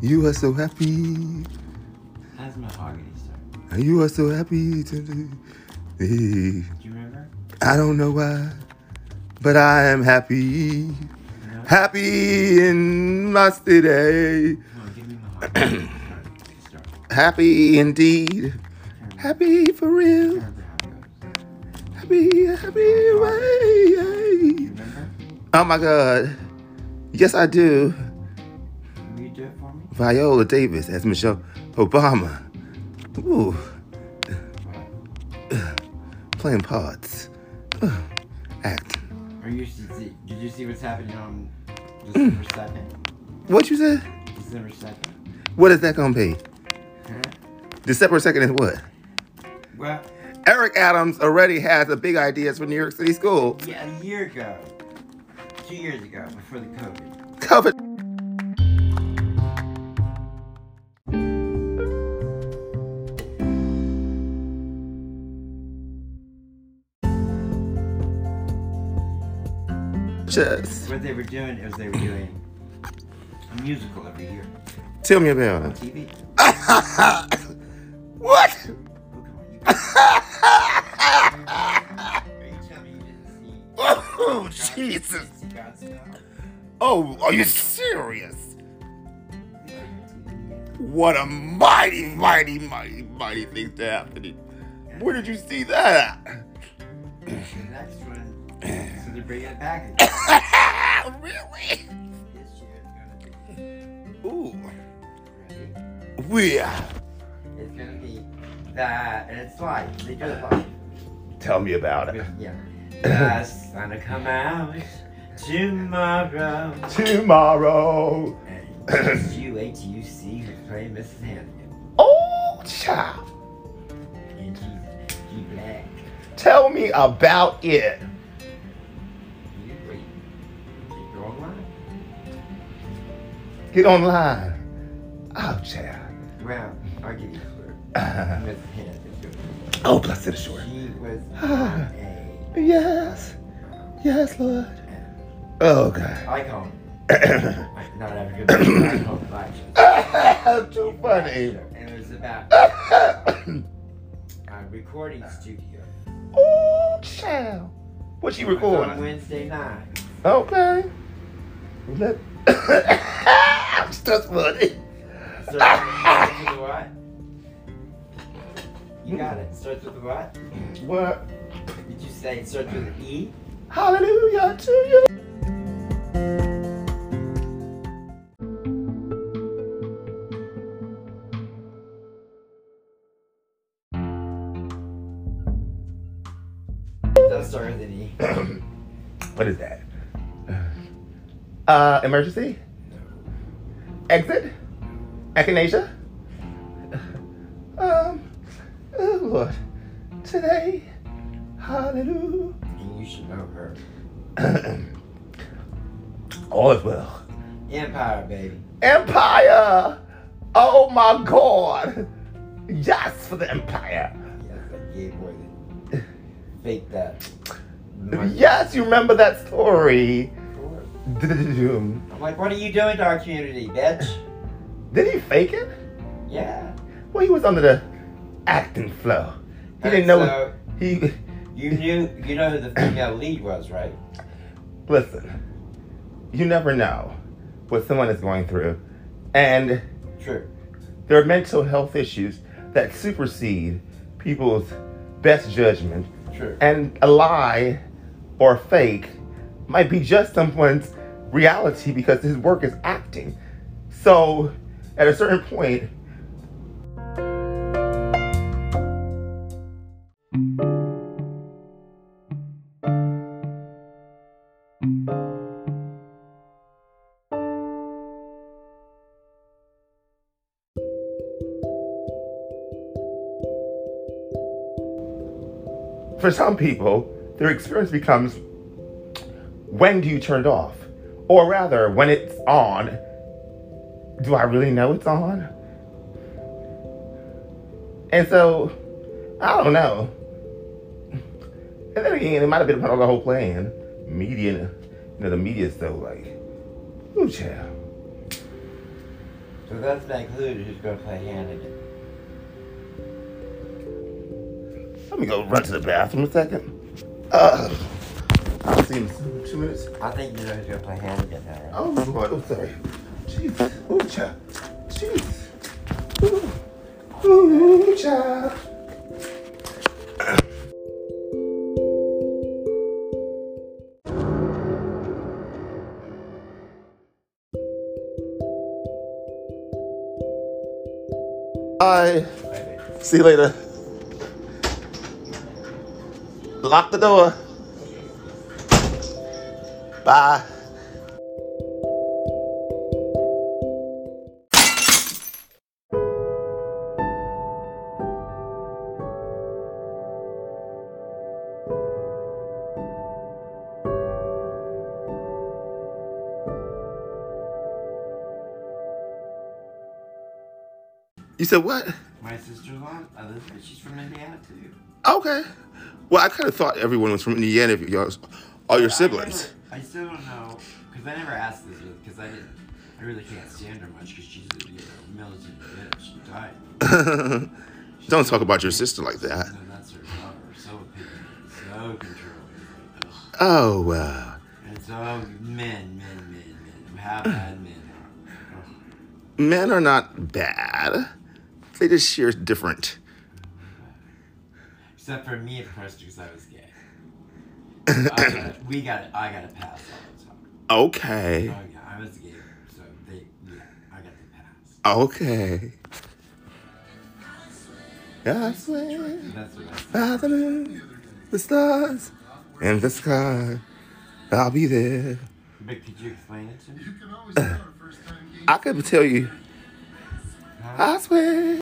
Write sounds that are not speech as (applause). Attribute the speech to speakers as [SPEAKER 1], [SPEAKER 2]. [SPEAKER 1] You are so happy.
[SPEAKER 2] How's my mahogany start?
[SPEAKER 1] You are so happy to be.
[SPEAKER 2] Do you remember?
[SPEAKER 1] I don't know why, but I am happy.
[SPEAKER 2] No?
[SPEAKER 1] Happy in my city.
[SPEAKER 2] Come on, give me mahogany. start. Start.
[SPEAKER 1] Happy indeed.
[SPEAKER 2] I can't remember-
[SPEAKER 1] Happy for
[SPEAKER 2] I
[SPEAKER 1] real.
[SPEAKER 2] can't remember how it goes.
[SPEAKER 1] Happy, happy
[SPEAKER 2] Do you
[SPEAKER 1] way.
[SPEAKER 2] remember?
[SPEAKER 1] Oh my God. Yes, I do.
[SPEAKER 2] Will you do it for me?
[SPEAKER 1] Viola Davis as Michelle Obama. Ooh,
[SPEAKER 2] What?
[SPEAKER 1] playing parts. Ugh, acting.
[SPEAKER 2] Are you? Did you see what's happening on December second?
[SPEAKER 1] What you said?
[SPEAKER 2] December second.
[SPEAKER 1] What is that gonna be?
[SPEAKER 2] Huh?
[SPEAKER 1] December 2nd is what?
[SPEAKER 2] Well,
[SPEAKER 1] Eric Adams already has a big ideas for New York City school.
[SPEAKER 2] yeah, a year ago, two years ago, before the COVID.
[SPEAKER 1] Covered. Just
[SPEAKER 2] What they were doing is they were doing a musical every year
[SPEAKER 1] tell me
[SPEAKER 2] on
[SPEAKER 1] about
[SPEAKER 2] TV.
[SPEAKER 1] it. what? (laughs)
[SPEAKER 2] Oh, come on, you. Are you telling me you didn't see?
[SPEAKER 1] oh, Jesus. Oh, are you serious? What a mighty, mighty, mighty, mighty thing to happen. Where did you see that
[SPEAKER 2] The next one, so they bring it back again.
[SPEAKER 1] at? (coughs) really?
[SPEAKER 2] this year. It's gonna be
[SPEAKER 1] Ooh.
[SPEAKER 2] ready.
[SPEAKER 1] We
[SPEAKER 2] It's gonna be that, and it's live. They do it live.
[SPEAKER 1] Tell me about it.
[SPEAKER 2] Yeah. The sun will come out tomorrow.
[SPEAKER 1] Tomorrow.
[SPEAKER 2] And just you wait till you see who's playing Mrs. Hannigan.
[SPEAKER 1] Oh, child.
[SPEAKER 2] And she's she black.
[SPEAKER 1] Tell me about it.
[SPEAKER 2] You wait. Keep going on.
[SPEAKER 1] Get online. Oh, child.
[SPEAKER 2] Well, I'll give you a clue. Mrs. Hannigan.
[SPEAKER 1] oh, blessed assurance.
[SPEAKER 2] She was on a.
[SPEAKER 1] Yes. Yes, Lord. Oh, God. (coughs)
[SPEAKER 2] I call him. Not (coughs) African. but I call him black.
[SPEAKER 1] Too funny.
[SPEAKER 2] And it was
[SPEAKER 1] (coughs)
[SPEAKER 2] about a recording studio.
[SPEAKER 1] oh, child. What she
[SPEAKER 2] It was on
[SPEAKER 1] recording?
[SPEAKER 2] Wednesday night.
[SPEAKER 1] Okay. Let- (coughs) I'm just funny.
[SPEAKER 2] So, starts with a what? You got it. Starts with a what?
[SPEAKER 1] What?
[SPEAKER 2] Did you say it starts with an E?
[SPEAKER 1] Hallelujah to you.
[SPEAKER 2] It does start with an E. (coughs)
[SPEAKER 1] What is that? Uh, emergency? Exit? Echinacea? Um, oh Lord, today, hallelujah. (coughs)
[SPEAKER 2] And you should know her.
[SPEAKER 1] All is well.
[SPEAKER 2] Empire, baby.
[SPEAKER 1] Empire! Oh my God! Yes, for the Empire.
[SPEAKER 2] Yes, that gay boy that faked that.
[SPEAKER 1] Yes, you remember that story. Did
[SPEAKER 2] I'm like, what are you doing to our community, bitch?
[SPEAKER 1] he fake it?
[SPEAKER 2] Yeah.
[SPEAKER 1] Well, he was under the acting flow. He didn't know
[SPEAKER 2] So,
[SPEAKER 1] he.
[SPEAKER 2] you knew, you know who the female lead was, right?
[SPEAKER 1] Listen, you never know what someone is going through, and
[SPEAKER 2] True.
[SPEAKER 1] there are mental health issues that supersede people's best judgment.
[SPEAKER 2] True.
[SPEAKER 1] and a lie or fake might be just someone's reality because his work is acting. So at a certain point, for some people, their experience becomes when do you turn it off? Or rather, when it's on, do I really know it's on? And so, I don't know. And then again, it might have been part of the whole plan. Media, you know, the media is so like, ooh, child.
[SPEAKER 2] So that's my clue who's going to play Hannigan.
[SPEAKER 1] Let me go run to the bathroom a second. Uh, I'll see you in two minutes.
[SPEAKER 2] I think you know who's going to play Hannigan now.
[SPEAKER 1] Oh, Lord. Oh, sorry. Jeez. Ooh, child. Jeez. Oh, Ooh. Ooh, child. Bye.
[SPEAKER 2] Maybe.
[SPEAKER 1] See you later. Lock the door. Bye. You said what?
[SPEAKER 2] My sister's on Elizabeth. She's from Indiana too.
[SPEAKER 1] Okay. Well, I kind of thought everyone was from Indiana. If you all your
[SPEAKER 2] I
[SPEAKER 1] siblings. (laughs)
[SPEAKER 2] never- I, still don't know because I never asked this because I didn't. I really can't stand her much because she's a you know, militant bitch. She died.
[SPEAKER 1] Don't talk about your sister like that.
[SPEAKER 2] No, that's her daughter. So opinionated, so controlling. like, ugh.
[SPEAKER 1] Oh, wow.
[SPEAKER 2] And so men, men, men, men. How bad
[SPEAKER 1] (clears throat)
[SPEAKER 2] men are. Ugh.
[SPEAKER 1] men are not bad. They just sheer different.
[SPEAKER 2] Except for me, of course, because I was gay. I got, we got. I got a pass all the time.
[SPEAKER 1] Okay.
[SPEAKER 2] Oh yeah, I was gay, so they. Yeah, I got the pass.
[SPEAKER 1] Okay. I swear
[SPEAKER 2] That's what I said.
[SPEAKER 1] by the moon, the stars, and the sky, I'll be there.
[SPEAKER 2] But could you explain it to me?
[SPEAKER 1] I could tell you,
[SPEAKER 2] Huh?
[SPEAKER 1] I swear.